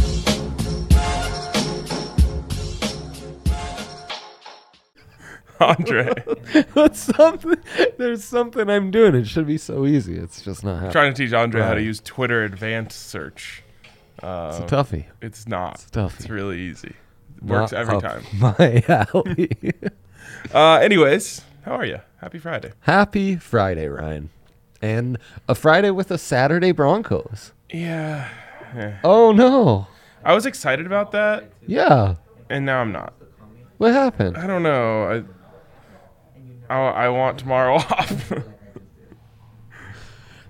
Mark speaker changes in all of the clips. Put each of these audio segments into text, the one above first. Speaker 1: Andre.
Speaker 2: That's something. There's something I'm doing. It should be so easy. It's just not happening.
Speaker 1: trying to teach Andre how to
Speaker 2: Right.
Speaker 1: use Twitter advanced search. Uh,
Speaker 2: It's a toughie.
Speaker 1: It's not.
Speaker 2: It's a toughie.
Speaker 1: It's really easy. It works
Speaker 2: Not
Speaker 1: every
Speaker 2: up
Speaker 1: time.
Speaker 2: My alley.
Speaker 1: Uh, anyways, how are you? Happy Friday.
Speaker 2: Happy Friday, Ryan, and a Friday with a Saturday Broncos.
Speaker 1: Yeah.
Speaker 2: Oh no!
Speaker 1: I was excited about that,
Speaker 2: Yeah,
Speaker 1: and now I'm not.
Speaker 2: what happened?
Speaker 1: I don't know. I I, I want tomorrow off.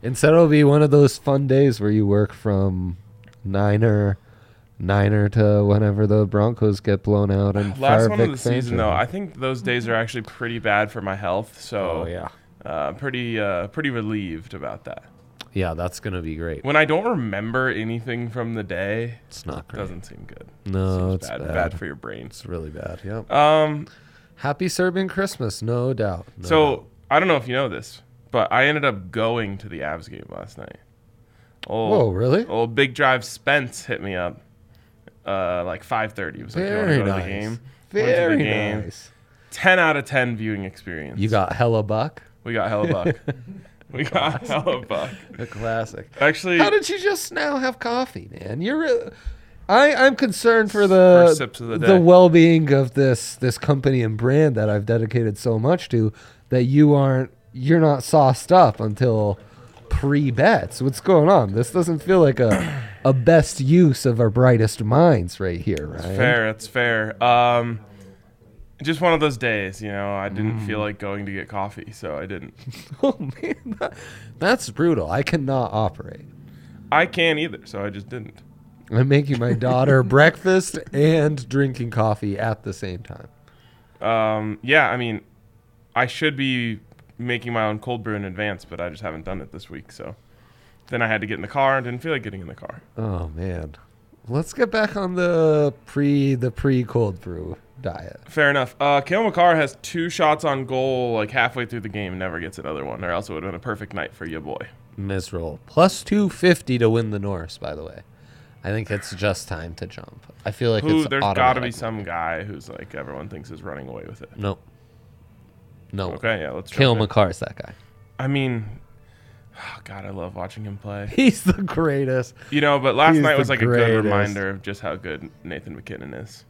Speaker 2: Instead, it'll be one of those fun days where you work from niner, niner to whenever the Broncos get blown out and
Speaker 1: Last
Speaker 2: fire
Speaker 1: one of the
Speaker 2: Vic
Speaker 1: season,
Speaker 2: Fangio.
Speaker 1: though, I think those days are actually pretty bad for my health. So
Speaker 2: oh yeah,
Speaker 1: uh, pretty uh, pretty relieved about that.
Speaker 2: yeah, that's gonna be great.
Speaker 1: When I don't remember anything from the day,
Speaker 2: It's not great.
Speaker 1: doesn't seem good.
Speaker 2: no,
Speaker 1: Seems
Speaker 2: it's
Speaker 1: bad,
Speaker 2: bad.
Speaker 1: bad for your brains.
Speaker 2: It's really bad. Yep.
Speaker 1: Um,
Speaker 2: Happy Serbian Christmas, no doubt. No doubt.
Speaker 1: so I don't know if you know this, but I ended up going to the Avs game last night. Old,
Speaker 2: whoa, really?
Speaker 1: old Big Drive Spence hit me up, uh, like 5:30. He was like, "You wanna
Speaker 2: Very
Speaker 1: go to
Speaker 2: nice.
Speaker 1: the game?" Went to the
Speaker 2: Very
Speaker 1: game.
Speaker 2: nice.
Speaker 1: 10 out of 10 viewing experience.
Speaker 2: You got hella buck.
Speaker 1: We got hella buck. we got hella buck.
Speaker 2: A classic.
Speaker 1: Actually,
Speaker 2: How did you just now have coffee, man? You're re- I, I'm concerned for the
Speaker 1: First sips of the day.
Speaker 2: the well being of this this company and brand that I've dedicated so much to that you aren't you're not sauced up until pre bets. What's going on? This doesn't feel like a a best use of our brightest minds right here, right?
Speaker 1: fair. That's fair. Um, just one of those days, you know. I didn't feel
Speaker 2: Mm.
Speaker 1: like going to get coffee, so I didn't.
Speaker 2: Oh man, that- that's brutal. I cannot operate.
Speaker 1: I can't either, so I just didn't.
Speaker 2: I'm making my daughter breakfast and drinking coffee at the same time.
Speaker 1: Um, yeah, I mean, I should be making my own cold brew in advance, but I just haven't done it this week. So then I had to get in the car and didn't feel like getting in the car.
Speaker 2: Oh man, let's get back on the pre the pre cold brew diet.
Speaker 1: Fair enough. Uh, Kale McCarr has two shots on goal like halfway through the game, never gets another one, or else it would have been a perfect night for you, boy.
Speaker 2: Miserable. Plus two fifty to win the Norse. By the way, I think it's just time to jump. I feel like
Speaker 1: Who?
Speaker 2: it's
Speaker 1: There's got to be
Speaker 2: automatic.
Speaker 1: some guy who's like everyone thinks is running away with it.
Speaker 2: Nope. No.
Speaker 1: Okay, yeah, let's
Speaker 2: Kill
Speaker 1: jump in.
Speaker 2: McCarr is that guy.
Speaker 1: I mean, oh God, I love watching him play.
Speaker 2: He's the greatest.
Speaker 1: You know, but last
Speaker 2: He's
Speaker 1: night
Speaker 2: the
Speaker 1: was like a good
Speaker 2: greatest.
Speaker 1: reminder of just how good Nathan McKinnon is.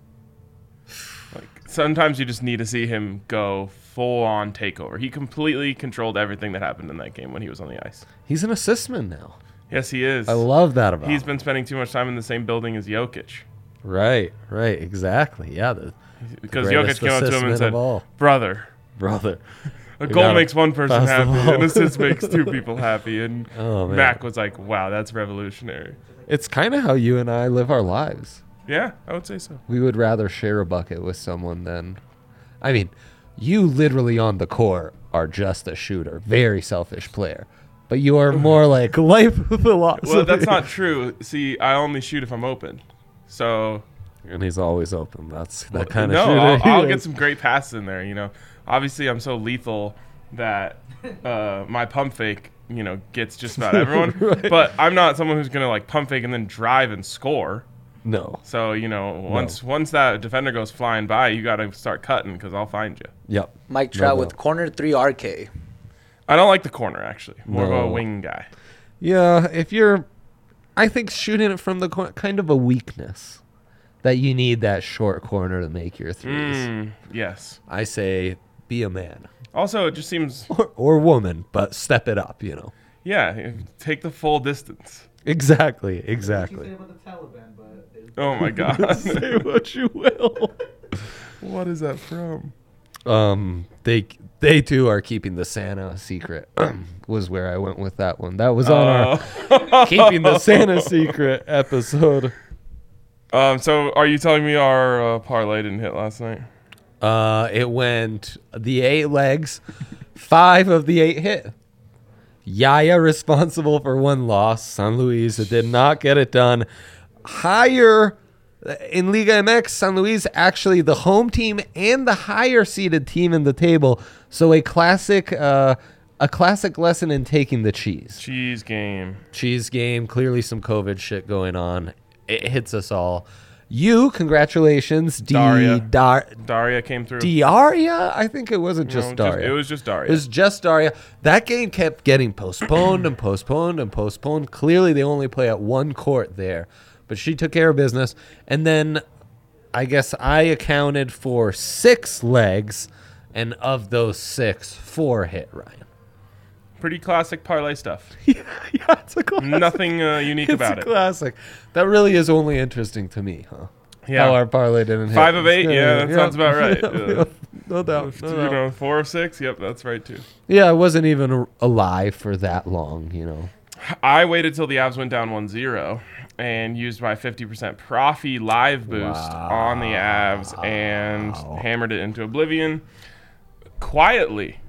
Speaker 1: Like sometimes you just need to see him go full on takeover. He completely controlled everything that happened in that game when he was on the ice.
Speaker 2: He's an assistman now.
Speaker 1: Yes, he is.
Speaker 2: I love that about.
Speaker 1: He's
Speaker 2: him.
Speaker 1: been spending too much time in the same building as Jokic
Speaker 2: right. Right. Exactly. Yeah. The
Speaker 1: because Jokic
Speaker 2: greatest
Speaker 1: came up to him
Speaker 2: assistman
Speaker 1: and
Speaker 2: of
Speaker 1: said,
Speaker 2: all.
Speaker 1: "Brother,
Speaker 2: brother.
Speaker 1: A
Speaker 2: We
Speaker 1: goal
Speaker 2: gotta
Speaker 1: makes one person
Speaker 2: pass the
Speaker 1: happy,
Speaker 2: ball.
Speaker 1: and assist makes two people happy. And
Speaker 2: Oh, man.
Speaker 1: Mac was like, "Wow, that's revolutionary."
Speaker 2: It's kind of how you and I live our lives.
Speaker 1: Yeah, I would say so.
Speaker 2: we would rather share a bucket with someone than I mean, you literally on the core are just a shooter, very selfish player. But you are more like life philosophy.
Speaker 1: Well, that's not true. See, I only shoot if I'm open. So
Speaker 2: And he's always open. That's that kind
Speaker 1: no,
Speaker 2: of shooter.
Speaker 1: I'll,
Speaker 2: he
Speaker 1: I'll get
Speaker 2: is.
Speaker 1: some great passes in there. You know, obviously I'm so lethal that uh, my pump fake, you know, gets just about everyone.
Speaker 2: Right.
Speaker 1: But I'm not someone who's gonna like pump fake and then drive and score.
Speaker 2: No.
Speaker 1: So you know, once once that defender goes flying by, you got to start cutting because I'll find you.
Speaker 2: Yep.
Speaker 3: Mike
Speaker 2: No
Speaker 3: Trout
Speaker 2: doubt.
Speaker 3: with corner three RK.
Speaker 1: I don't like the corner actually. More of
Speaker 2: No.
Speaker 1: a wing guy.
Speaker 2: Yeah, if you're I think shooting it from the corner kind of a weakness that you need that short corner to make your threes.
Speaker 1: Mm, yes.
Speaker 2: I say be a man
Speaker 1: Also, it just seems
Speaker 2: or, or woman, but step it up, you know.
Speaker 1: yeah, take the full distance.
Speaker 2: Exactly, exactly.
Speaker 1: Oh my god.
Speaker 2: Say what you will.
Speaker 1: what is that from?
Speaker 2: Um, they they too are keeping the Santa secret. was where I went with that one. That was on our keeping the Santa secret episode.
Speaker 1: Um, so are you telling me our uh, parlay didn't hit last night?
Speaker 2: Uh, it went the eight legs, five of the eight hit. Yaya responsible for one loss. San Luis it did not get it done. Higher in Liga MX, San Luis actually the home team and the higher seeded team in the table. So a classic, uh, a classic lesson in taking the cheese.
Speaker 1: Cheese game.
Speaker 2: Cheese game. Clearly some COVID shit going on. It hits us all. You, congratulations, D-
Speaker 1: Daria.
Speaker 2: Dar-
Speaker 1: Daria came through.
Speaker 2: Diaria? I think it
Speaker 1: No,
Speaker 2: wasn't just Daria.
Speaker 1: it was just Daria.
Speaker 2: It was just Daria. That game kept getting postponed and postponed and postponed. Clearly, they only play at one court there, but she took care of business. And then I guess I accounted for six legs, and of those six, four hit Ryan.
Speaker 1: Pretty classic parlay stuff.
Speaker 2: yeah, yeah, it's a classic.
Speaker 1: Nothing uh, unique
Speaker 2: It's
Speaker 1: about
Speaker 2: a
Speaker 1: it.
Speaker 2: classic. That really is only interesting to me, huh?
Speaker 1: Yeah.
Speaker 2: How our parlay didn't hit.
Speaker 1: Five of eight? Yeah, that sounds about right. Yeah.
Speaker 2: No doubt.
Speaker 1: you
Speaker 2: No doubt.
Speaker 1: know, four of six. Yep, that's right too.
Speaker 2: Yeah, I wasn't even a- alive for that long, you know.
Speaker 1: I waited till the Avs went down 1-0 and used my 50% Profi live boost on the Avs and hammered it into oblivion quietly,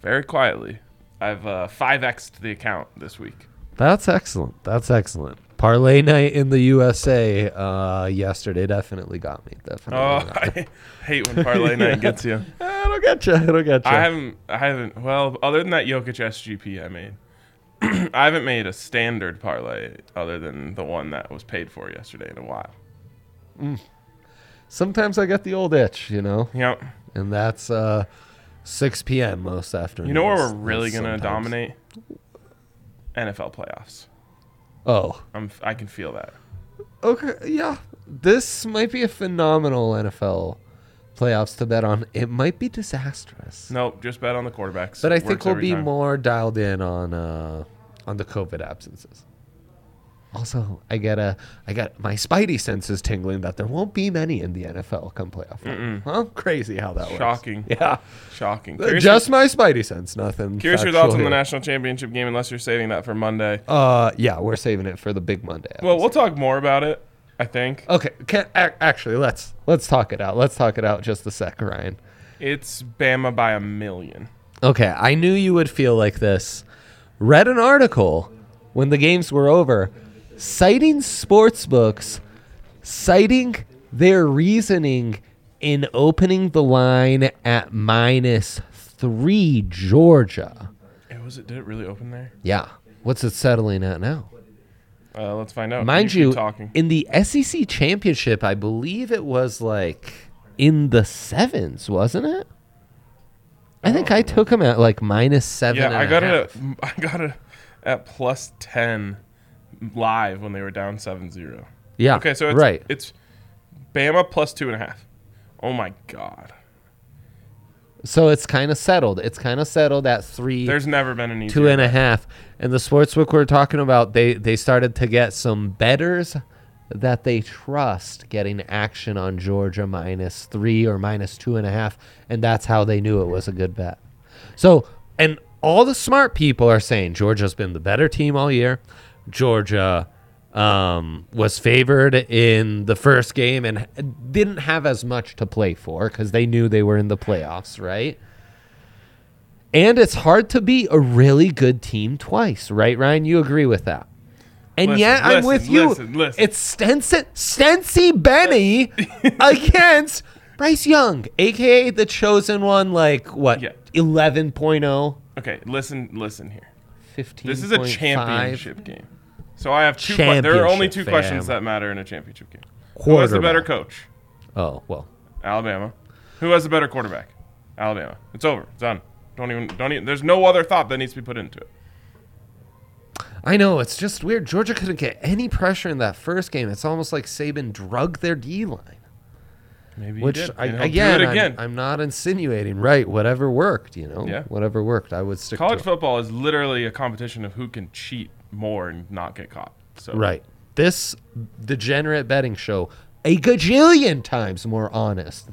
Speaker 1: very quietly. I've uh, 5x'd the account this week.
Speaker 2: That's excellent. That's excellent. Parlay night in the USA uh, yesterday definitely got me. Definitely.
Speaker 1: Oh,
Speaker 2: got me.
Speaker 1: I hate when parlay night gets you.
Speaker 2: Eh, it'll get you. It'll get you.
Speaker 1: I haven't, I haven't. Well, other than that Jokic SGP I made, I haven't made a standard parlay other than the one that was paid for yesterday in a while.
Speaker 2: Sometimes I get the old itch, you know,
Speaker 1: Yep.
Speaker 2: and that's uh, 6 p.m. most afternoons.
Speaker 1: You know where we're really
Speaker 2: That's
Speaker 1: gonna
Speaker 2: sometimes-
Speaker 1: dominate? NFL playoffs.
Speaker 2: Oh,
Speaker 1: I'm f- I can feel that.
Speaker 2: okay. Yeah. This might be a phenomenal NFL playoffs to bet on. It might be disastrous.
Speaker 1: Nope, just bet on the quarterbacks.
Speaker 2: But I
Speaker 1: It
Speaker 2: think
Speaker 1: works
Speaker 2: we'll
Speaker 1: every
Speaker 2: be
Speaker 1: time.
Speaker 2: more dialed in on uh, on the COVID absences. Also, I get a I got my spidey senses tingling that there won't be many in the NFL come playoff. time. Huh? Crazy how that
Speaker 1: Shocking.
Speaker 2: works. Yeah,
Speaker 1: shocking. Curious,
Speaker 2: Uh, just my spidey sense. Nothing.
Speaker 1: curious your thoughts on
Speaker 2: factual
Speaker 1: the
Speaker 2: here.
Speaker 1: national championship game, unless you're saving that for Monday.
Speaker 2: Uh, yeah, we're saving it for the big Monday.
Speaker 1: Well, we'll talk more about it. I think
Speaker 2: okay. Can, ac- actually, let's let's talk it out. Let's talk it out just a sec, Ryan.
Speaker 1: it's Bama by a million.
Speaker 2: Okay, I knew you would feel like this. Read an article when the games were over citing sportsbooks, citing their reasoning in opening the line at minus three Georgia.
Speaker 1: It was it. Did it really open there?
Speaker 2: Yeah. What's it settling at now?
Speaker 1: Uh, let's find out.
Speaker 2: Mind
Speaker 1: keep
Speaker 2: you,
Speaker 1: talking.
Speaker 2: in the SEC championship, I believe it was like in the sevens, wasn't it? I think I took him at like minus seven.
Speaker 1: Oh. yeah,
Speaker 2: and
Speaker 1: I
Speaker 2: a
Speaker 1: got
Speaker 2: half.
Speaker 1: it. At, I got it at plus ten live when they were down 7-0.
Speaker 2: Yeah.
Speaker 1: Okay, so it's,
Speaker 2: Ah, right.
Speaker 1: it's Bama plus two and a half. Oh my god.
Speaker 2: So it's kind of settled. It's kind of settled at three,
Speaker 1: There's never been an easier.
Speaker 2: two and a half. And the sportsbook we're talking about, they they started to get some betters that they trust getting action on Georgia minus three or minus two and a half, and that's how they knew it was a good bet. So and all the smart people are saying Georgia's been the better team all year. Georgia um, was favored in the first game and didn't have as much to play for because they knew they were in the playoffs, right? And it's hard to be a really good team twice, right, Ryan? You agree with that. And
Speaker 1: Listen,
Speaker 2: yet I'm
Speaker 1: listen,
Speaker 2: with you.
Speaker 1: listen, listen.
Speaker 2: It's Stenson Stensy Benny against Bryce Young, aka the chosen one, like what oh?
Speaker 1: Yeah.
Speaker 2: 11.0,
Speaker 1: Okay, listen, listen here.
Speaker 2: 15.
Speaker 1: This is a championship game. So I have two. que- there are only
Speaker 2: Championship,
Speaker 1: two
Speaker 2: fam.
Speaker 1: questions that matter in a championship game. Who has the better
Speaker 2: Quarterback.
Speaker 1: coach?
Speaker 2: Oh well.
Speaker 1: Alabama. Who has the better quarterback? Alabama. It's over. It's done. Don't even. Don't even. There's no other thought that needs to be put into it.
Speaker 2: I know it's just weird. Georgia couldn't get any pressure in that first game. It's almost like Saban drugged their D line.
Speaker 1: Maybe he
Speaker 2: Which
Speaker 1: did,
Speaker 2: I,
Speaker 1: and he'll
Speaker 2: again,
Speaker 1: do it
Speaker 2: I'm-
Speaker 1: again.
Speaker 2: I'm, not insinuating. Right, whatever worked, you know,
Speaker 1: Yeah.
Speaker 2: whatever worked, I would stick
Speaker 1: College
Speaker 2: to.
Speaker 1: football is literally a competition of who can cheat more and not get caught. So
Speaker 2: It. Right, this degenerate betting show a gajillion times more honest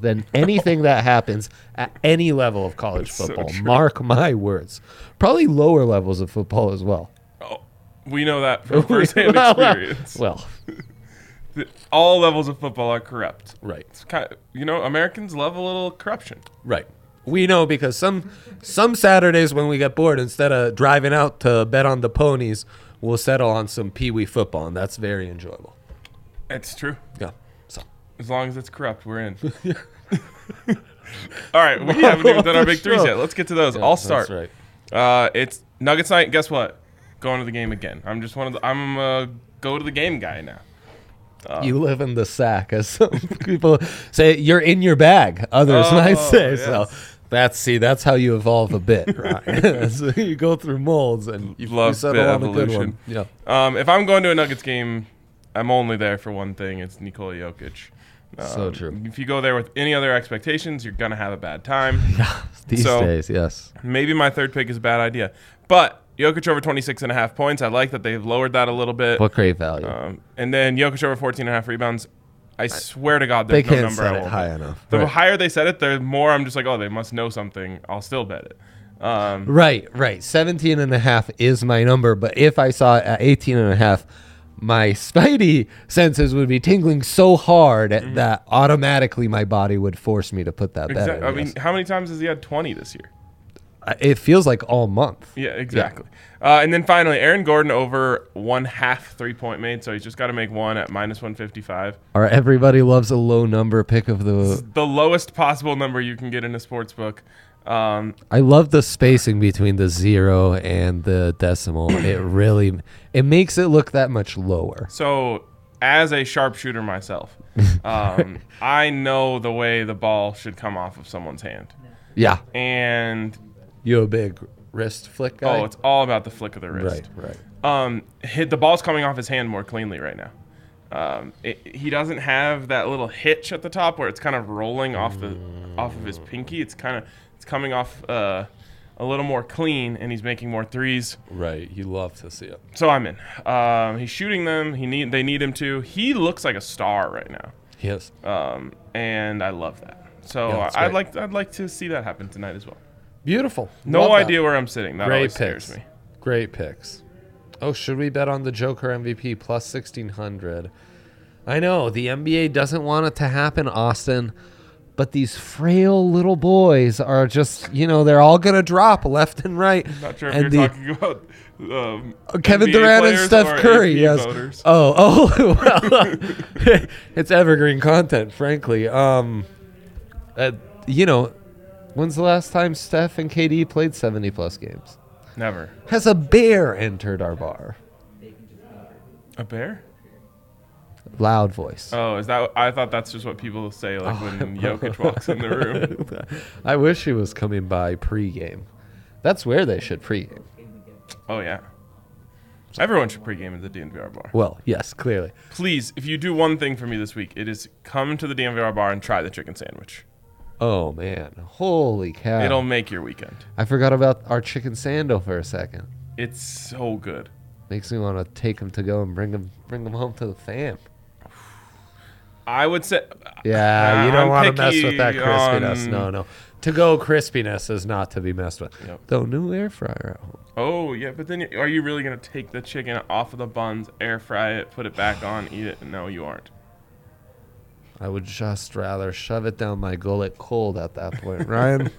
Speaker 2: than anything that happens at any level of college
Speaker 1: so
Speaker 2: football.
Speaker 1: true.
Speaker 2: Mark my words. Probably lower levels of football as well.
Speaker 1: Oh, we know that from firsthand experience.
Speaker 2: Well,
Speaker 1: Th- All levels of football are corrupt.
Speaker 2: right,
Speaker 1: It's kind of, you know, Americans love a little corruption.
Speaker 2: right. We know because some some Saturdays when we get bored, instead of driving out to bet on the ponies, we'll settle on some pee wee football, and that's very enjoyable.
Speaker 1: It's true.
Speaker 2: Yeah. So
Speaker 1: As long as it's corrupt, we're in. All right, we haven't even done our big threes yet. Let's get to those. I'll start.
Speaker 2: That's right.
Speaker 1: Uh, it's Nuggets night. Guess what? Going to the game again. I'm just one of the. I'm a go to the game guy now.
Speaker 2: you live in the sack, as some people say. You're in your bag. Others
Speaker 1: Oh,
Speaker 2: might say so.
Speaker 1: yes.
Speaker 2: That's see, that's how you evolve a bit, right? so you go through molds and you, you
Speaker 1: Love
Speaker 2: settle
Speaker 1: bit
Speaker 2: on a good
Speaker 1: evolution.
Speaker 2: one. Yeah.
Speaker 1: Um, if I'm going to a Nuggets game, I'm only there for one thing. It's Nikola Jokic.
Speaker 2: So
Speaker 1: Um,
Speaker 2: true.
Speaker 1: If you go there with any other expectations, you're gonna have a bad time.
Speaker 2: These
Speaker 1: So-
Speaker 2: days, yes.
Speaker 1: Maybe my third pick is a bad idea, but Jokic over 26 and a half points. I like that they've lowered that a little bit.
Speaker 2: What great value.
Speaker 1: Um, and then Jokic over 14 and a half rebounds. I swear to God,
Speaker 2: they
Speaker 1: there's no
Speaker 2: can't
Speaker 1: number I
Speaker 2: set it
Speaker 1: won't
Speaker 2: high enough.
Speaker 1: The
Speaker 2: right.
Speaker 1: higher they set it, the more I'm just like, oh, they must know something. I'll still bet it. Um,
Speaker 2: right, right. 17 and a half is my number, but if I saw it at 18 and a half, my spidey senses would be tingling so hard
Speaker 1: Mm-hmm.
Speaker 2: that automatically my body would force me to put that bet.
Speaker 1: exactly.
Speaker 2: in,
Speaker 1: I mean,
Speaker 2: yes.
Speaker 1: how many times has he had 20 this year?
Speaker 2: I- it feels like all month.
Speaker 1: Yeah, exactly. Uh, and then finally, Aaron Gordon over one half three point made, so he's just got to make one at minus 155.
Speaker 2: Or everybody loves a low number pick of the.
Speaker 1: The lowest possible number you can get in a sports book. Um,
Speaker 2: I love the spacing between the zero and the decimal. it really, it makes it look that much lower.
Speaker 1: So, as a sharpshooter myself, um, I know the way the ball should come off of someone's hand.
Speaker 2: Yeah,
Speaker 1: And,
Speaker 2: you a big wrist flick guy.
Speaker 1: oh, it's all about the flick of the wrist.
Speaker 2: right, right.
Speaker 1: Um, hit, the ball's coming off his hand more cleanly right now. Um, it, he doesn't have that little hitch at the top where it's kind of rolling off the off of
Speaker 2: Mm.
Speaker 1: his pinky. It's kind of it's coming off uh, a little more clean, and he's making more threes.
Speaker 2: Right. You love to see it.
Speaker 1: So I'm in. Um, he's shooting them. He need they need him to. He looks like a star right now.
Speaker 2: Yes.
Speaker 1: um, and I love that. So
Speaker 2: Yeah, that's
Speaker 1: I'd
Speaker 2: great.
Speaker 1: like I'd like to see that happen tonight as well.
Speaker 2: Beautiful.
Speaker 1: No
Speaker 2: Love that.
Speaker 1: idea where I'm sitting. That
Speaker 2: Great
Speaker 1: always scares
Speaker 2: picks.
Speaker 1: me.
Speaker 2: Great picks. Oh, should we bet on the Joker MVP plus 1600? I know the NBA doesn't want it to happen, Austin, but these frail little boys are just, you know, they're all going to drop left and right.
Speaker 1: Not sure if
Speaker 2: and
Speaker 1: you're
Speaker 2: the- Uh,
Speaker 1: talking about um,
Speaker 2: Kevin
Speaker 1: NBA
Speaker 2: Durant and
Speaker 1: players or
Speaker 2: Steph Curry.
Speaker 1: AP
Speaker 2: yes.
Speaker 1: voters.
Speaker 2: Oh, oh. well, it's evergreen content, frankly. Um, uh, you know, when's the last time Steph and KD played seventy plus games?
Speaker 1: Never
Speaker 2: Has a bear entered our bar?
Speaker 1: a bear.
Speaker 2: Loud voice.
Speaker 1: Oh, is that? I thought that's just what people say like
Speaker 2: Oh,
Speaker 1: when Jokic walks in the room.
Speaker 2: I wish he was coming by pregame. That's where they should pregame.
Speaker 1: Oh yeah. Everyone should pregame at the DNVR bar.
Speaker 2: Well, yes, clearly.
Speaker 1: Please, if you do one thing for me this week, it is come to the DNVR bar and try the chicken sandwich.
Speaker 2: Oh man, holy cow!
Speaker 1: It'll make your weekend.
Speaker 2: I forgot about our chicken sando for a second.
Speaker 1: It's so good.
Speaker 2: Makes me want to take him to go and bring him bring him home to the fam.
Speaker 1: I would say
Speaker 2: Yeah, you
Speaker 1: I'm
Speaker 2: don't want to mess with
Speaker 1: picky
Speaker 2: that crispiness.
Speaker 1: on-
Speaker 2: No, no. To go crispiness is not to be messed with.
Speaker 1: Yep.
Speaker 2: Though new air fryer at home.
Speaker 1: Oh yeah, but then are you really gonna take the chicken off of the buns, air fry it, put it back on, eat it? No, you aren't.
Speaker 2: I would just rather shove it down my gullet cold at that point, Ryan.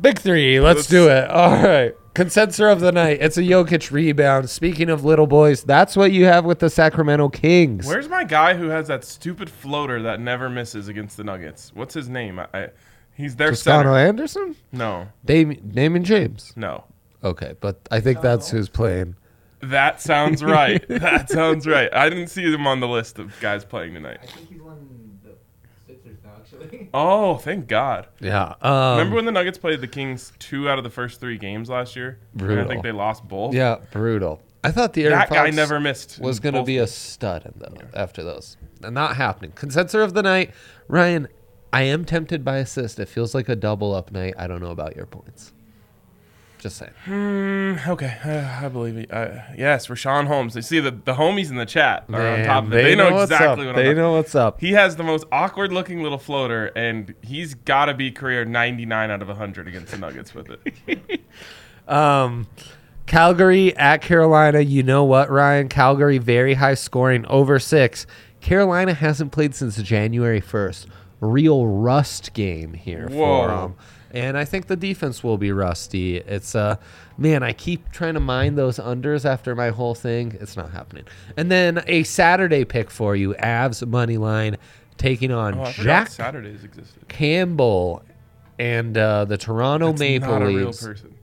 Speaker 2: Big three, let's
Speaker 1: Let's-
Speaker 2: do it. All right. Consensor of the night. It's a Jokic rebound. Speaking of little boys, that's what you have with the Sacramento Kings.
Speaker 1: Where's my guy who has that stupid floater that never misses against the Nuggets? What's his name? I, I he's their
Speaker 2: Toscano
Speaker 1: center.
Speaker 2: Anderson?
Speaker 1: No,
Speaker 2: Dam- Damon James.
Speaker 1: no,
Speaker 2: Okay, but I think that's who's playing.
Speaker 1: that sounds right. that sounds right. I didn't see him on the list of guys playing tonight.
Speaker 3: I think he's on the Sixers now, actually.
Speaker 1: Oh, thank God!
Speaker 2: Yeah. Um,
Speaker 1: Remember when the Nuggets played the Kings two out of the first three games last year? And I
Speaker 2: Brutal.
Speaker 1: think they lost both.
Speaker 2: Yeah, brutal. I thought the Aaron
Speaker 1: that guy
Speaker 2: Fox
Speaker 1: never missed.
Speaker 2: was going to
Speaker 1: both
Speaker 2: be a stud in those, after those. And not happening. Consensor of the night, Ryan. I am tempted by assist. It feels like a double up night. I don't know about your points. Just saying.
Speaker 1: Mm, okay, uh, I believe it. Uh, yes, Rashawn Holmes. They see the the homies in the chat are on top of it. They, know, exactly what I'm
Speaker 2: they
Speaker 1: talking-
Speaker 2: know what's up.
Speaker 1: He has the most awkward looking little floater, and he's got to be career 99 out of 100 against the Nuggets with it.
Speaker 2: Um, Calgary at Carolina. You know what, Ryan? Calgary very high scoring over six. Carolina hasn't played since January first. Real rust game here for
Speaker 1: Whoa.
Speaker 2: them, and I think the defense will be rusty. It's uh, man, I keep trying to mine those unders after my whole thing. It's not happening. And then a Saturday pick for you: Avs money line taking on
Speaker 1: Oh, I forgot
Speaker 2: Jack
Speaker 1: Saturdays existed.
Speaker 2: Campbell and uh, the Toronto Maple
Speaker 1: Not a real
Speaker 2: Leafs.
Speaker 1: person.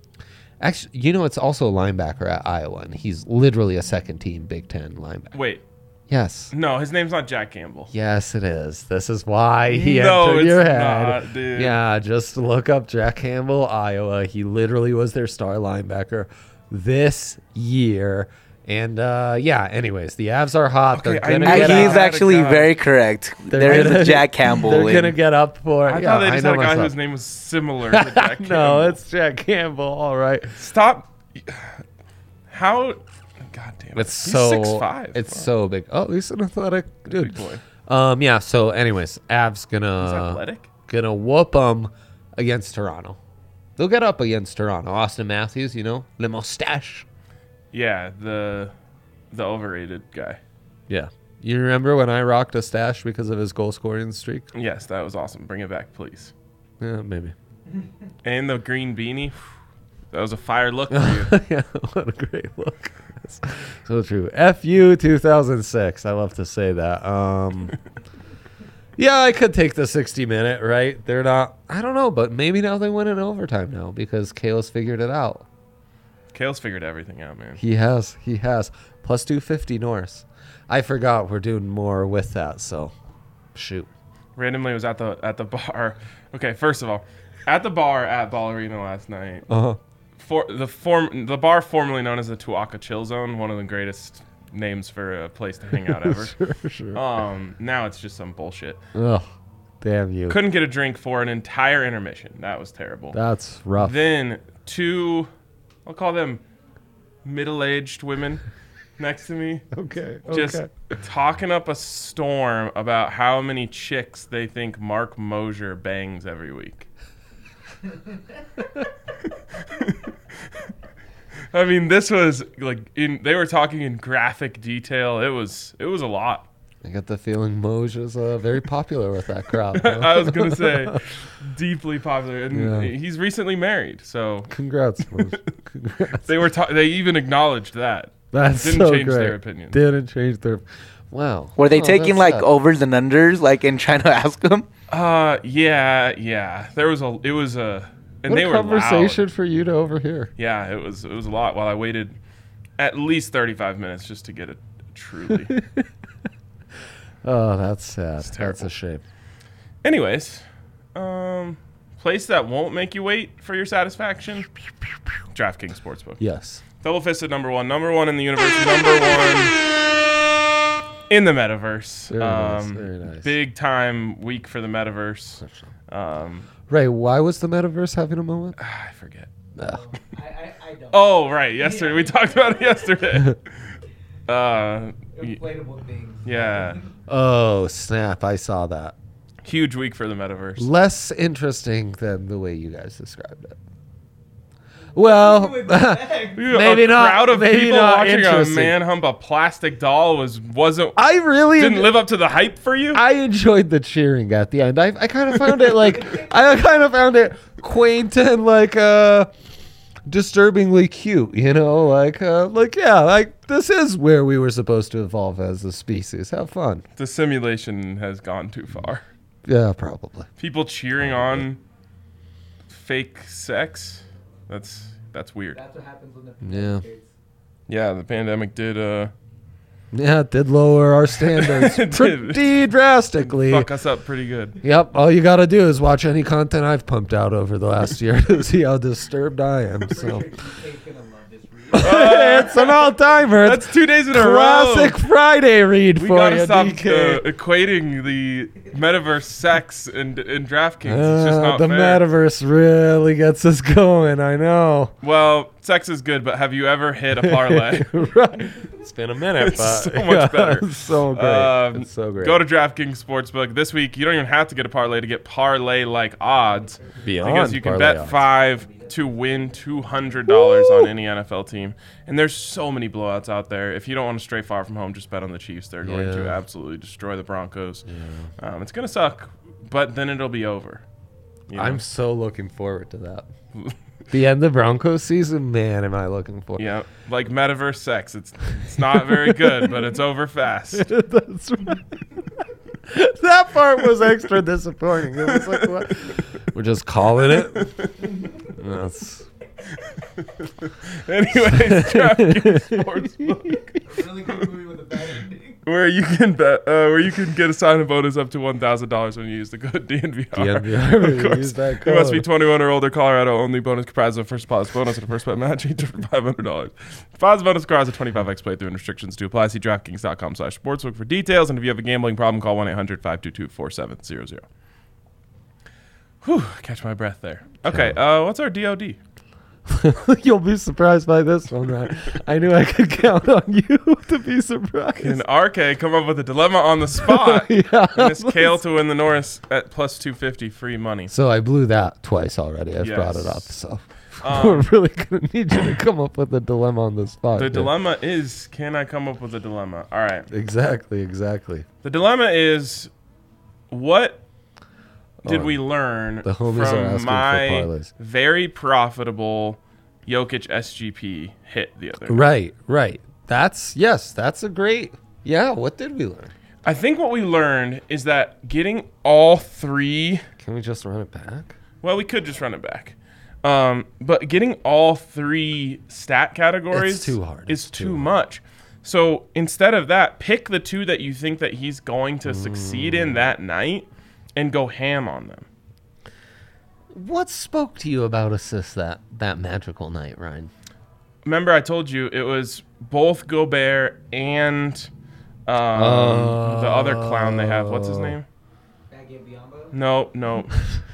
Speaker 2: Actually, you know, it's also a linebacker at Iowa, and he's literally a second team Big Ten linebacker.
Speaker 1: Wait,
Speaker 2: Yes.
Speaker 1: No, his name's not Jack Campbell.
Speaker 2: Yes, it is. This is why he
Speaker 1: No,
Speaker 2: entered
Speaker 1: it's
Speaker 2: your head.
Speaker 1: not, dude.
Speaker 2: Yeah, just look up Jack Campbell, Iowa. He literally was their star linebacker this year. And uh, yeah, anyways, the Avs are hot.
Speaker 1: Okay,
Speaker 2: They're
Speaker 1: I
Speaker 2: gonna
Speaker 1: knew
Speaker 2: get
Speaker 1: that.
Speaker 2: up.
Speaker 1: He's
Speaker 4: he's actually
Speaker 1: guy.
Speaker 4: very correct.
Speaker 2: They're
Speaker 4: There is
Speaker 2: gonna-
Speaker 4: a Jack Campbell.
Speaker 2: They're
Speaker 4: in-
Speaker 2: gonna get up for it.
Speaker 1: I
Speaker 2: yeah,
Speaker 1: thought they just
Speaker 2: I
Speaker 1: had a
Speaker 2: know
Speaker 1: guy
Speaker 2: myself.
Speaker 1: whose name was similar to Jack Campbell.
Speaker 2: no, it's Jack Campbell. All right.
Speaker 1: Stop. How? God damn it.
Speaker 2: It's
Speaker 1: He's
Speaker 2: so
Speaker 1: 6'5".
Speaker 2: It's
Speaker 1: Fuck.
Speaker 2: so big. Oh, he's an athletic dude.
Speaker 1: Big boy.
Speaker 2: Um, yeah. So, anyways, Avs gonna
Speaker 1: He's athletic?
Speaker 2: gonna whoop them against Toronto. They'll get up against Toronto. Austin Matthews, you know, the mustache.
Speaker 1: Yeah, the the overrated guy.
Speaker 2: Yeah. You remember when I rocked a stash because of his goal scoring streak?
Speaker 1: Yes, that was awesome. Bring it back, please.
Speaker 2: Yeah, maybe.
Speaker 1: And the green beanie. That was a fire look for you.
Speaker 2: yeah, what a great look. so true. FU 2006. I love to say that. Um, yeah, I could take the 60 minute, right? They're not, I don't know, but maybe now they win in overtime now because Kale's figured it out.
Speaker 1: Kale's figured everything out, man.
Speaker 2: He has. He has. Plus 250 Norse. I forgot we're doing more with that, so shoot.
Speaker 1: randomly was at the at the bar. Okay, first of all, at the bar at Ball Arena last night.
Speaker 2: Uh-huh.
Speaker 1: For the form the bar formerly known as the Tuaca Chill Zone, one of the greatest names for a place to hang out ever.
Speaker 2: sure, sure.
Speaker 1: Um, now it's just some bullshit.
Speaker 2: Ugh, damn you.
Speaker 1: Couldn't get a drink for an entire intermission. That was terrible.
Speaker 2: That's rough.
Speaker 1: Then two, I'll call them middle-aged women next to me.
Speaker 2: okay.
Speaker 1: just talking up a storm about how many chicks they think Mark Mosier bangs every week. I mean, this was like in they were talking in graphic detail. It was it was a lot.
Speaker 2: I got the feeling Moj is uh, very popular with that crowd. huh?
Speaker 1: I was gonna say deeply popular, and
Speaker 2: Yeah.
Speaker 1: he's recently married, so
Speaker 2: Congrats, Moj. Congrats.
Speaker 1: they were ta- they even acknowledged that.
Speaker 2: That's
Speaker 1: Didn't
Speaker 2: so
Speaker 1: change
Speaker 2: great.
Speaker 1: their opinion.
Speaker 2: Didn't change their. Wow.
Speaker 4: Were they
Speaker 2: Oh,
Speaker 4: taking
Speaker 2: that's
Speaker 4: like
Speaker 2: sad.
Speaker 4: overs and unders, like and trying to ask them?
Speaker 1: Uh, yeah, yeah. There was a it was a and
Speaker 2: What
Speaker 1: they
Speaker 2: a
Speaker 1: were loud.
Speaker 2: conversation for you to overhear?
Speaker 1: Yeah, it was it was a lot. While I waited at least 35 minutes just to get it truly.
Speaker 2: Oh, that's sad. That's
Speaker 1: terrible.
Speaker 2: a shame.
Speaker 1: Anyways, um, place that won't make you wait for your satisfaction. DraftKings Sportsbook.
Speaker 2: Yes.
Speaker 1: Double fisted number one, number one in the universe, number one in the metaverse. Um,
Speaker 2: Very nice, very nice.
Speaker 1: Big time week for the metaverse. Um,
Speaker 2: Ray, why was the metaverse having a moment?
Speaker 1: Ah, I forget.
Speaker 2: Ugh.
Speaker 3: I, I, I don't.
Speaker 1: Oh right, yesterday we talked about it yesterday. Uh, y-
Speaker 3: Inflatable things.
Speaker 1: yeah,
Speaker 2: Oh, snap. I saw that.
Speaker 1: huge week for the metaverse.
Speaker 2: Less interesting than the way you guys described it. Well,
Speaker 3: With the legs.
Speaker 1: Dude,
Speaker 2: Maybe
Speaker 1: a
Speaker 2: not-
Speaker 1: crowd of
Speaker 2: maybe
Speaker 1: people
Speaker 2: not
Speaker 1: watching a
Speaker 2: interesting.
Speaker 1: man hump a plastic doll was wasn't
Speaker 2: I really
Speaker 1: didn't live up to the hype for you.
Speaker 2: I enjoyed the cheering at the end. I, I kind of found it like I kind of found it quaint and like uh disturbingly cute, you know, like uh like yeah, like this is where we were supposed to evolve as a species. Have fun.
Speaker 1: the simulation has gone too far.
Speaker 2: Yeah, probably.
Speaker 1: People cheering on fake sex. That's that's weird.
Speaker 3: That's what happens when the
Speaker 2: Yeah.
Speaker 3: kids.
Speaker 1: Yeah, the pandemic did uh
Speaker 2: Yeah, it did lower our standards
Speaker 1: It did.
Speaker 2: pretty drastically.
Speaker 1: fuck us up pretty good.
Speaker 2: Yep, all you got to do is watch any content I've pumped out over the last year to see how disturbed I am. So
Speaker 3: Kate's gonna love this read.
Speaker 2: it's an all-timer. It's
Speaker 1: That's two days in a
Speaker 2: classic
Speaker 1: row.
Speaker 2: Friday read
Speaker 1: We
Speaker 2: for
Speaker 1: gotta
Speaker 2: you,
Speaker 1: stop
Speaker 2: DK.
Speaker 1: uh, equating the metaverse sex and and DraftKings. it's just
Speaker 2: Uh,
Speaker 1: not
Speaker 2: the
Speaker 1: fair.
Speaker 2: metaverse really gets us going. I know.
Speaker 1: well, sex is good, but have you ever hit a parlay?
Speaker 2: right. It's been a minute,
Speaker 1: It's but- so much better.
Speaker 2: it's so great.
Speaker 1: Um,
Speaker 2: it's so great.
Speaker 1: Go to DraftKings Sportsbook this week. You don't even have to get a parlay to get parlay-like odds because you can bet five to win two hundred dollars on any NFL team. And there's so many blowouts out there. If you don't want to stray far from home, just bet on the Chiefs. They're going to
Speaker 2: Yeah.
Speaker 1: absolutely destroy the Broncos. Um, it's gonna suck, but then it'll be over. You know?
Speaker 2: I'm so looking forward to that. the end of Broncos season, man, am I looking forward?
Speaker 1: yeah, like metaverse sex. It's it's not very good, but it's over fast.
Speaker 2: That's right. that part was extra disappointing. It was like, what? We're just calling it. That's
Speaker 1: Anyways, DraftKings Sportsbook.
Speaker 3: Really good movie with a bad ending.
Speaker 1: where you can bet, uh, where you can get a sign-up bonus up to one thousand dollars when you use the code DNVR.
Speaker 2: DNVR,
Speaker 1: of course,
Speaker 2: use that
Speaker 1: you must be
Speaker 2: code.
Speaker 1: twenty-one or older. Colorado only. Bonus comprised of first deposit bonus and a first bet match, each for five hundred dollars. Deposit bonus requires a twenty-five x playthrough and restrictions to apply. See DraftKings.com/sportsbook for details. And if you have a gambling problem, call one 800-522-4700. Whew, catch my breath there. Okay, uh, what's our DOD?
Speaker 2: You'll be surprised by this one, right? I knew I could count on you to be
Speaker 1: Can
Speaker 2: surprised.
Speaker 1: RK come up with a dilemma on the spot?
Speaker 2: Yeah.
Speaker 1: And it's Kale to win the Norris at plus 250 free money.
Speaker 2: So I blew that twice already. I've brought it
Speaker 1: Yes.
Speaker 2: up. So
Speaker 1: Um,
Speaker 2: we're really going to need you to come up with a dilemma on the spot.
Speaker 1: The
Speaker 2: dude.
Speaker 1: dilemma is can I come up with a dilemma? All right.
Speaker 2: Exactly, exactly.
Speaker 1: The dilemma is what did
Speaker 2: Oh,
Speaker 1: we learn
Speaker 2: the homies are asking
Speaker 1: from
Speaker 2: for
Speaker 1: my
Speaker 2: parlays.
Speaker 1: very profitable Jokic SGP hit the other night?
Speaker 2: Right, right. That's, yes, that's a great. Yeah, what did we learn?
Speaker 1: I think what we learned is that getting all three
Speaker 2: Can we just run it back?
Speaker 1: Well, we could just run it back. Um, but getting all three stat categories
Speaker 2: It's too hard.
Speaker 1: is
Speaker 2: It's
Speaker 1: too,
Speaker 2: too hard.
Speaker 1: much. So instead of that, pick the two that you think that he's going to succeed
Speaker 2: Mm.
Speaker 1: in that night and go ham on them.
Speaker 5: What spoke to you about assists that that magical night, Ryan?
Speaker 1: Remember I told you it was both Gobert and um, the other clown they have. What's his
Speaker 2: Oh.
Speaker 1: name?
Speaker 3: Baguette Biombo?
Speaker 1: No, no.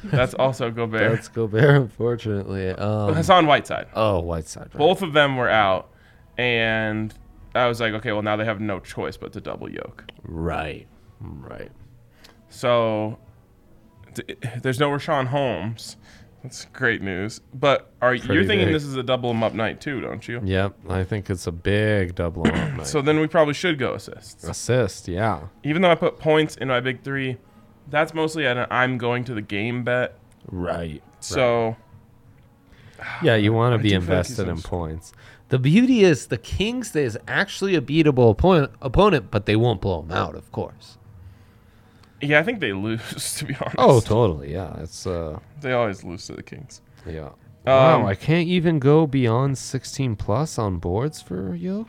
Speaker 1: That's also Gobert.
Speaker 2: Let's go bear, unfortunately. Um,
Speaker 1: Hassan Whiteside.
Speaker 2: oh, Whiteside. Right?
Speaker 1: both of them were out and i was like okay well now they have no choice but to double yoke
Speaker 2: Right, right.
Speaker 1: so d- there's no rashawn holmes that's great news but are you're
Speaker 2: Pretty
Speaker 1: thinking
Speaker 2: big.
Speaker 1: this is a double em up night too don't you
Speaker 2: Yep, I think it's a big double on night.
Speaker 1: so then we probably should go assists
Speaker 2: assist, yeah.
Speaker 1: even though i put points in my big three that's mostly an i'm going to the game bet
Speaker 2: Right.
Speaker 1: so
Speaker 2: Yeah, you want to
Speaker 1: do
Speaker 2: be
Speaker 1: feel like he's
Speaker 2: invested
Speaker 1: on
Speaker 2: in
Speaker 1: s-
Speaker 2: points.
Speaker 5: The beauty is the Kings is actually a beatable opponent, opponent, but they won't blow them out, of course.
Speaker 1: yeah i think they lose to be honest
Speaker 2: Oh, totally. Yeah, it's uh,
Speaker 1: they always lose to the kings
Speaker 2: yeah. wow,
Speaker 1: Um,
Speaker 2: I can't even go beyond 16 plus on boards for Yoke.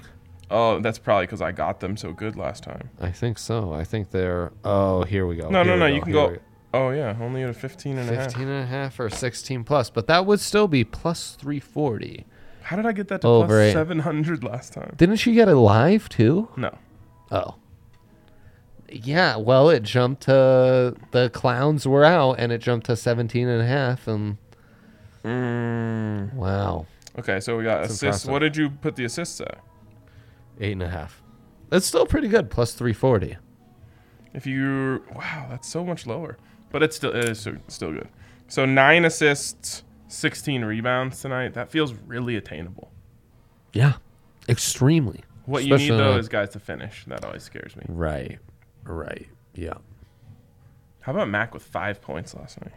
Speaker 1: oh that's probably because i got them so good last time
Speaker 2: I think so. I think they're. Oh, here we go.
Speaker 1: No,
Speaker 2: here
Speaker 1: no,
Speaker 2: we
Speaker 1: no. You can
Speaker 2: here
Speaker 1: go. Oh yeah, only at a 15 and
Speaker 2: we
Speaker 1: a
Speaker 2: go.
Speaker 1: half.
Speaker 2: 15 and a half or 16 plus, but that would still be plus 340.
Speaker 1: How did I get that to
Speaker 2: Oh,
Speaker 5: Over
Speaker 1: plus
Speaker 5: it.
Speaker 1: 700 last time?
Speaker 5: Didn't she get it live too?
Speaker 1: No.
Speaker 5: Oh. Yeah, well, it jumped to the clowns were out and it jumped to 17 and a half and
Speaker 1: Mm.
Speaker 5: wow.
Speaker 1: Okay, so we got
Speaker 2: That's
Speaker 1: assists.
Speaker 2: impressive.
Speaker 1: What did you put the assists at?
Speaker 2: Eight and a half.
Speaker 5: That's still pretty good, plus 340.
Speaker 1: If you wow, that's so much lower, but it's still it is so- still good. So nine assists, 16 rebounds tonight. That feels really attainable.
Speaker 5: Yeah. Extremely.
Speaker 1: What you
Speaker 5: Especially
Speaker 1: need though
Speaker 5: on a-
Speaker 1: is guys to finish. That always scares me.
Speaker 2: Right. Right. Yeah.
Speaker 1: How about Mac with five points last night?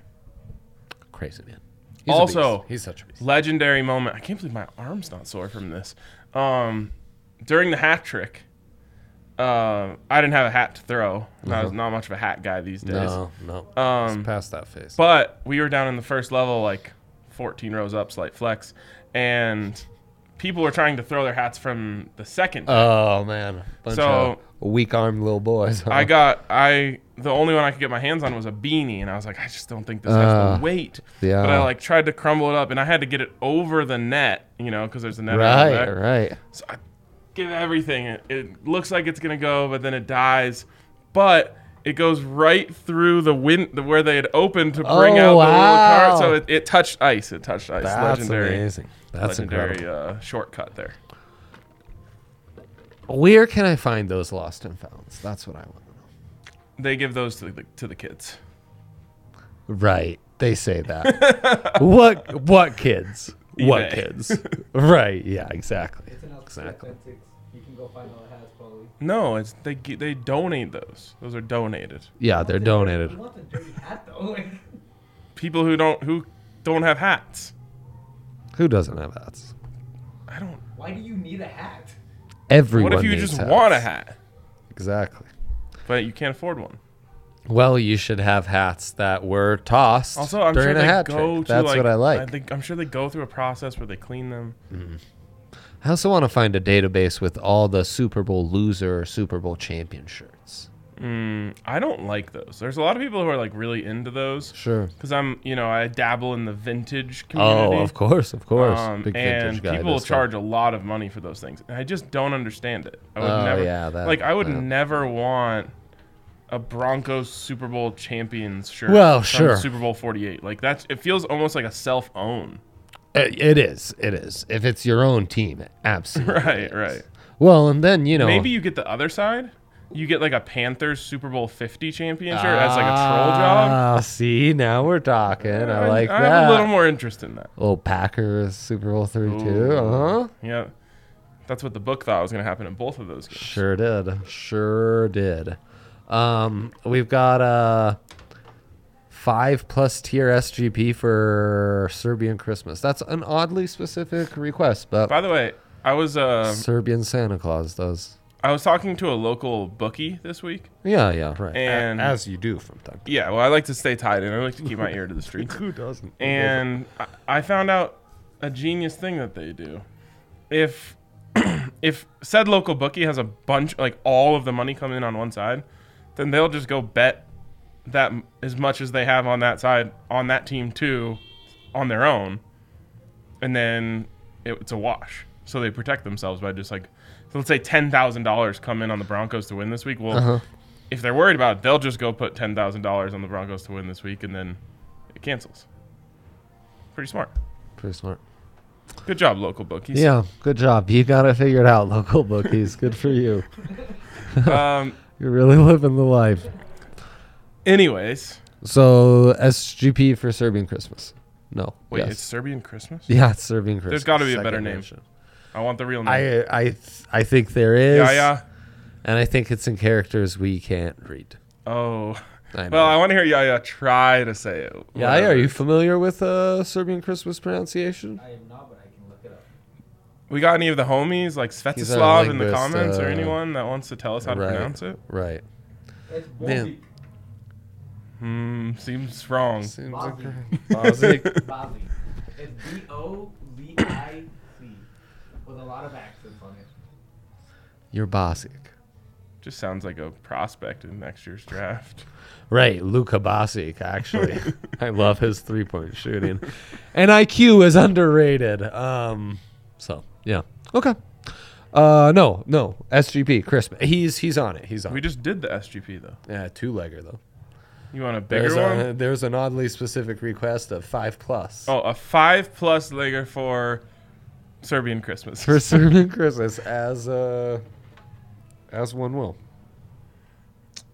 Speaker 5: Crazy man.
Speaker 2: a
Speaker 1: also,
Speaker 2: beast. He's such a beast.
Speaker 1: legendary moment. I can't believe my arm's not sore from this. Um, during the hat trick, uh, I didn't have a hat to throw. and I was not much of a hat guy these days.
Speaker 2: Uh-huh. No, no.
Speaker 1: Um,
Speaker 2: past that phase.
Speaker 1: But we were down in the first level, like 14 rows up, slight flex, and people were trying to throw their hats from the second.
Speaker 2: Oh man, bunch
Speaker 1: So-
Speaker 2: of weak armed little boys. huh?
Speaker 1: I got I the only one I could get my hands on was a beanie, and I was like, I just don't think this has
Speaker 2: Uh,
Speaker 1: the weight.
Speaker 2: yeah.
Speaker 1: But I like tried to crumble it up, and I had to get it over the net, you know, because there's a net. around the
Speaker 2: right,
Speaker 1: back.
Speaker 2: right.
Speaker 1: So I give everything. It, it looks like it's gonna go, but then it dies. But it goes right through the wind the, where they had opened to bring
Speaker 2: Oh,
Speaker 1: out the little
Speaker 2: wow.
Speaker 1: card. So it, it touched ice. It touched ice.
Speaker 2: That's
Speaker 1: legendary,
Speaker 2: amazing. That's
Speaker 1: legendary
Speaker 2: incredible.
Speaker 1: uh, shortcut there.
Speaker 5: Where can I find those lost and founds? That's what I want.
Speaker 1: They give those to the to the kids.
Speaker 2: Right. They say that. what? What kids? What
Speaker 1: eBay.
Speaker 2: kids? right. Yeah. Exactly.
Speaker 3: It's an
Speaker 2: Exactly.
Speaker 3: authentic. You can go find all it has, probably.
Speaker 1: No, it's they gi- they donate those. Those are donated.
Speaker 2: Yeah, they're
Speaker 3: You
Speaker 2: donated.
Speaker 3: want the dirty hat, though. Like,
Speaker 1: People who don't who don't have hats.
Speaker 2: Who doesn't have hats?
Speaker 1: I don't.
Speaker 3: why do you need a hat?
Speaker 2: Everyone.
Speaker 1: What if you
Speaker 2: needs
Speaker 1: just
Speaker 2: hats.
Speaker 1: want a hat,
Speaker 2: Exactly.
Speaker 1: but you can't afford one?
Speaker 2: Well, you should have hats that were tossed
Speaker 1: Also, I'm
Speaker 2: during
Speaker 1: sure
Speaker 2: a
Speaker 1: they
Speaker 2: hat
Speaker 1: go
Speaker 2: trick.
Speaker 1: to
Speaker 2: That's
Speaker 1: like,
Speaker 2: what I like.
Speaker 1: think, I'm sure they go through a process where they clean them.
Speaker 2: I also want to find a database with all the Super Bowl loser or Super Bowl champion shirts.
Speaker 1: Mm, I don't like those. There's a lot of people who are like really into those
Speaker 2: Sure.
Speaker 1: because I'm, you know, I dabble in the vintage community.
Speaker 2: Oh, of course, of course.
Speaker 1: Um,
Speaker 2: Big
Speaker 1: and
Speaker 2: vintage guy.
Speaker 1: people will
Speaker 2: this time.
Speaker 1: charge a lot of money for those things. And I just don't understand it. I would
Speaker 2: Oh,
Speaker 1: never,
Speaker 2: yeah, that-
Speaker 1: like I would
Speaker 2: that-
Speaker 1: never want a Broncos Super Bowl champions shirt.
Speaker 2: Well,
Speaker 1: from
Speaker 2: sure.
Speaker 1: Super Bowl 48. Like that's it feels almost like a self own.
Speaker 2: It- Uh, it is. It is. If it's your own team, absolutely.
Speaker 1: Right,
Speaker 2: is.
Speaker 1: right.
Speaker 2: Well, and then you know
Speaker 1: Maybe you get the other side. You get like a Panthers Super Bowl 50 champion shirt as like a troll job.
Speaker 2: Ah, see, now we're talking. I, like
Speaker 1: I'm
Speaker 2: that.
Speaker 1: a little more interested in that.
Speaker 2: Little Packers Super Bowl 32.
Speaker 1: Ooh.
Speaker 2: Uh huh.
Speaker 1: Yeah. That's what the book thought was going to happen in both of those games.
Speaker 2: Sure did. Sure did. Um, we've got uh, five plus tier SGP for Serbian Christmas. That's an oddly specific request, but
Speaker 1: By the way, I was um,
Speaker 2: Serbian Santa Claus does.
Speaker 1: I was talking to a local bookie this week.
Speaker 2: Yeah, yeah, right.
Speaker 1: And-
Speaker 2: as you do from time to
Speaker 1: Yeah, well, I like to stay tied in. I like to keep my ear to the streets.
Speaker 2: Who doesn't?
Speaker 1: And I, I found out a genius thing that they do. If if said local bookie has a bunch, like all of the money come in on one side, then they'll just go bet that m- as much as they have on that side on that team too, on their own, and then it, it's a wash. So they protect themselves by just like, so let's say ten thousand dollars come in on the Broncos to win this week. Well, if they're worried about it, they'll just go put ten thousand dollars on the Broncos to win this week, and then it cancels. Pretty smart.
Speaker 2: Pretty smart.
Speaker 1: Good job, local bookies.
Speaker 2: Yeah, good job. You got it figured out, local bookies. Good for you.
Speaker 1: Um.
Speaker 2: You're really living the life.
Speaker 1: Anyways,
Speaker 2: So SGP for Serbian Christmas. No.
Speaker 1: wait,
Speaker 2: yes.
Speaker 1: it's Serbian Christmas.
Speaker 2: yeah, it's Serbian Christmas.
Speaker 1: gotta be a better
Speaker 2: Second
Speaker 1: name.
Speaker 2: edition.
Speaker 1: I want the real name.
Speaker 2: I I th- I think there is.
Speaker 1: yeah, yeah.
Speaker 2: And I think it's in characters we can't read.
Speaker 1: Oh.
Speaker 2: I
Speaker 1: Well, I
Speaker 2: know.
Speaker 1: want to hear Yaya try to say it.
Speaker 2: Yaya, are you familiar with uh, Serbian Christmas pronunciation?
Speaker 3: I am not, but I can look it up.
Speaker 1: We got any of the homies like
Speaker 2: our
Speaker 1: Svetislav in the
Speaker 2: linguist,
Speaker 1: comments or
Speaker 2: uh,
Speaker 1: anyone that wants to tell us how to
Speaker 2: right.
Speaker 1: pronounce it?
Speaker 2: Right.
Speaker 3: It's
Speaker 2: Man.
Speaker 3: Bozik.
Speaker 1: Hmm, seems wrong.
Speaker 2: Seems like-
Speaker 3: Bozik.
Speaker 2: Bozic.
Speaker 3: Bozik. It's B O Z I C. With a lot of accents on it.
Speaker 2: You're Bosic.
Speaker 1: Just sounds like a prospect in next year's draft.
Speaker 2: Right, Luka Bosic, actually. I love his three point shooting. And IQ is underrated. Um so yeah. Okay. Uh no, no. SGP, Christmas. He's he's on it. He's on
Speaker 1: We
Speaker 2: it.
Speaker 1: just did the SGP though.
Speaker 2: Yeah, two legger though.
Speaker 1: You want a bigger
Speaker 2: There's,
Speaker 1: one?
Speaker 2: a, there's an oddly specific request of five plus.
Speaker 1: Oh, a five plus legger for Serbian Christmas.
Speaker 2: For Serbian Christmas as uh as one will.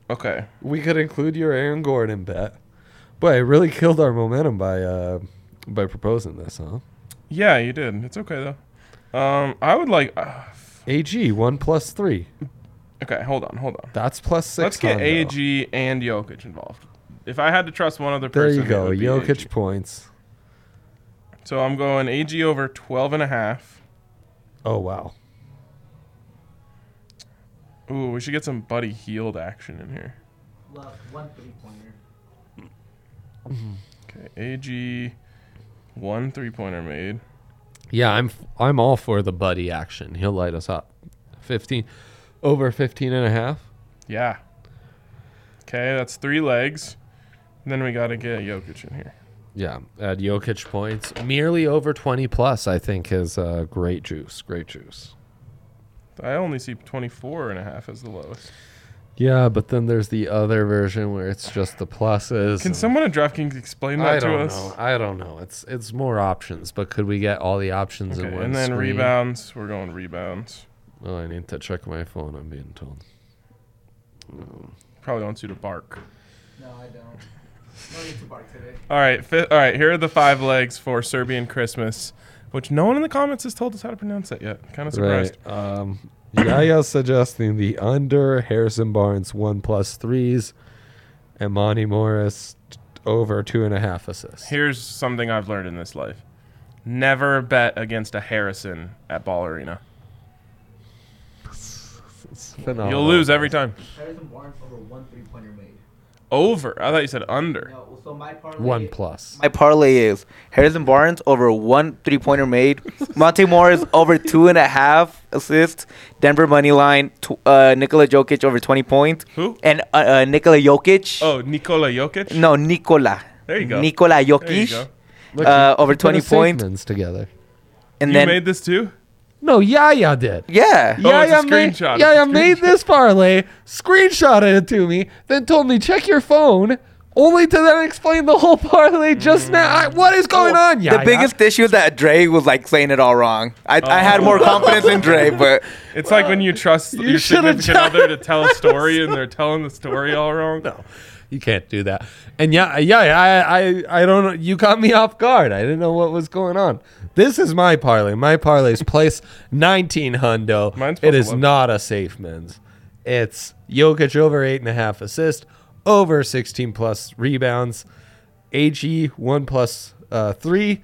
Speaker 1: Okay.
Speaker 2: We could include your Aaron Gordon bet. Boy, I really killed our momentum by uh by proposing this, huh?
Speaker 1: Yeah, you did. It's okay though. Um, I would like. Uh,
Speaker 2: AG one plus three.
Speaker 1: okay, hold on, hold on.
Speaker 2: That's plus six.
Speaker 1: Let's get
Speaker 2: Hondo.
Speaker 1: AG and Jokic involved. If I had to trust one other
Speaker 2: There
Speaker 1: person,
Speaker 2: you go.
Speaker 1: it would be
Speaker 2: Jokic
Speaker 1: AG.
Speaker 2: points.
Speaker 1: So I'm going AG over 12 and a half.
Speaker 2: Oh wow.
Speaker 1: Ooh, we should get some Buddy Healed action in here.
Speaker 3: Love one three pointer.
Speaker 1: Okay, AG, one three pointer made.
Speaker 2: Yeah, I'm f- I'm all for the buddy action. He'll light us up. 15 over 15 and a half.
Speaker 1: Yeah. Okay, that's three legs. And then we got to get Jokic in here.
Speaker 2: Yeah, at Jokic points, merely over 20 plus, I think is uh, great juice. Great juice.
Speaker 1: I only see 24 and a half as the lowest.
Speaker 2: Yeah, but then there's the other version where it's just the pluses.
Speaker 1: Can
Speaker 2: and-
Speaker 1: someone at DraftKings explain that
Speaker 2: I
Speaker 1: to
Speaker 2: don't
Speaker 1: us?
Speaker 2: know. I don't know. It's it's more options, but could we get all the options
Speaker 1: Okay,
Speaker 2: in one
Speaker 1: and then
Speaker 2: screen?
Speaker 1: rebounds. We're going rebounds.
Speaker 2: Oh, I need to check my phone. I'm being told.
Speaker 1: Probably wants you to bark.
Speaker 3: No, I don't. No need to bark today.
Speaker 1: All right, fi- all right. Here are the five legs for Serbian Christmas, which no one in the comments has told us how to pronounce that yet. Kind of surprised.
Speaker 2: Right. Um, Yaya suggesting the under Harrison Barnes one plus threes, and Monty Morris t- over two and a half assists.
Speaker 1: Here's something I've learned in this life: never bet against a Harrison at Ball Arena.
Speaker 2: It's phenomenal.
Speaker 1: You'll lose every time.
Speaker 2: Oh.
Speaker 3: Harrison Barnes over one three pointer made.
Speaker 1: Over. I thought you said under.
Speaker 6: No, so my parlay.
Speaker 2: One plus.
Speaker 4: My parlay is Harrison Barnes over one three pointer made, Monte Morris over two and a half assists, Denver money line, tw- uh, Nikola Jokic over 20 points,
Speaker 1: Who?
Speaker 4: and uh, uh, Nikola Jokic.
Speaker 1: Oh, Nikola Jokic.
Speaker 4: No, Nikola.
Speaker 1: There you go.
Speaker 4: Nikola
Speaker 1: There you
Speaker 4: Jokic
Speaker 1: go.
Speaker 4: uh, over
Speaker 2: We put a
Speaker 4: 20 points.
Speaker 2: statements together.
Speaker 4: And
Speaker 1: You
Speaker 4: then,
Speaker 1: made this too.
Speaker 2: No, Yaya did.
Speaker 4: yeah.
Speaker 1: Oh, it's a
Speaker 2: Yaya made,
Speaker 1: screenshot. It's a
Speaker 2: Yaya made this parlay, screenshotted it to me, then told me check your phone, only to then explain the whole parlay
Speaker 1: Mm.
Speaker 2: just now. I, what is going on, Yaya?
Speaker 4: Oh, The biggest issue is that Dre was like saying it all wrong. I, I
Speaker 1: Oh.
Speaker 4: had more confidence in Dre, but
Speaker 1: It's like when you trust your
Speaker 2: should've
Speaker 1: significant
Speaker 2: done
Speaker 1: other to tell a story and they're telling the story all wrong. No.
Speaker 2: You can't do that. And yeah, yeah, I, I, I don't know. You got me off guard. I didn't know what was going on. This is my parlay. My parlay's place 19 hundo.
Speaker 1: Mine's plus
Speaker 2: it is
Speaker 1: 11.
Speaker 2: not a safe man's. It's Jokic over eight and a half assist, over 16 plus rebounds, HE one plus uh, three,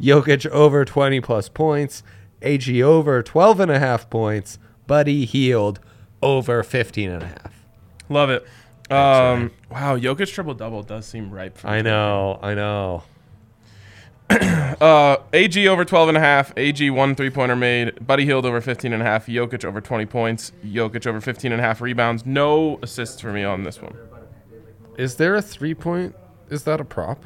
Speaker 2: Jokic over 20 plus points, HE over 12 and a half points, Buddy Healed over 15 and a half.
Speaker 1: Love it. Um, wow, Jokic triple double does seem ripe. For
Speaker 2: I know, I know.
Speaker 1: Uh, AG over 12 and a half, AG one three pointer made, Buddy Hield over 15 and a half, Jokic over 20 points, Jokic over 15 and a half rebounds. No assists for me on this one.
Speaker 2: Is there a three point? Is that a prop?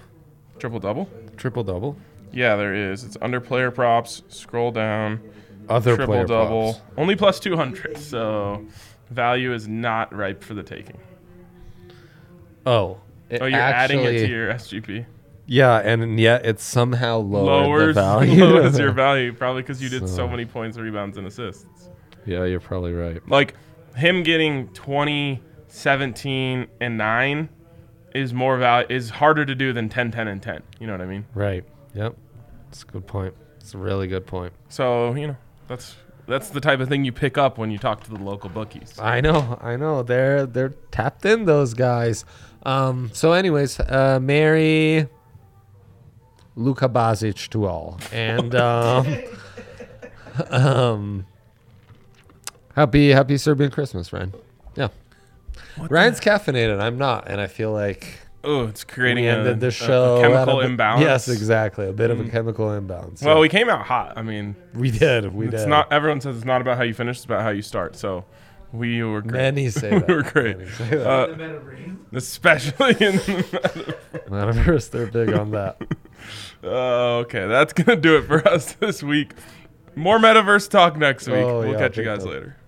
Speaker 1: Triple double?
Speaker 2: Triple double?
Speaker 1: Yeah, there is. It's under player props. Scroll down.
Speaker 2: Other
Speaker 1: triple
Speaker 2: player
Speaker 1: double.
Speaker 2: props.
Speaker 1: Only plus 200. So value is not ripe for the taking.
Speaker 2: Oh. it
Speaker 1: Oh, you're adding it to
Speaker 2: actually-
Speaker 1: your SGP.
Speaker 2: Yeah, and yet it's somehow lower.
Speaker 1: Lowers,
Speaker 2: the value.
Speaker 1: lowers your value probably because you did so.
Speaker 2: So-
Speaker 1: many points, rebounds, and assists.
Speaker 2: yeah, you're probably right.
Speaker 1: Like him getting 20, 17, and 9 is more value is harder to do than 10, 10, and 10. You know what I mean?
Speaker 2: Right. Yep. It's a good point. It's a really good point.
Speaker 1: So, you know, that's that's the type of thing you pick up when you talk to the local bookies.
Speaker 2: I know, I know. They're they're tapped in those guys. Um, so, anyways, uh, marry Luka Bazic to all, and um, um, happy happy Serbian Christmas, Ryan. Yeah, Ryan's caffeinated. I'm not, and I feel like
Speaker 1: Oh, it's creating
Speaker 2: we
Speaker 1: a,
Speaker 2: ended
Speaker 1: a-
Speaker 2: the
Speaker 1: a
Speaker 2: show at
Speaker 1: chemical
Speaker 2: a bit-
Speaker 1: imbalance. Mm.
Speaker 2: Yes, exactly. A bit of a chemical imbalance.
Speaker 1: Well,
Speaker 2: Yeah.
Speaker 1: we came out hot. I mean,
Speaker 2: we did. We
Speaker 1: it's
Speaker 2: did.
Speaker 1: not everyone says it's not about how you finish, it's about how you start. So, we were great.
Speaker 2: Many say that.
Speaker 1: we were great.
Speaker 2: Many say that.
Speaker 1: Uh,
Speaker 6: The meta brain.
Speaker 1: especially in the
Speaker 2: Metaverse, they're big on that.
Speaker 1: Oh, okay, that's gonna do it for us this week. More metaverse talk next week.
Speaker 2: Oh,
Speaker 1: we'll
Speaker 2: yeah,
Speaker 1: catch you
Speaker 2: big
Speaker 1: guys
Speaker 2: time.
Speaker 1: later.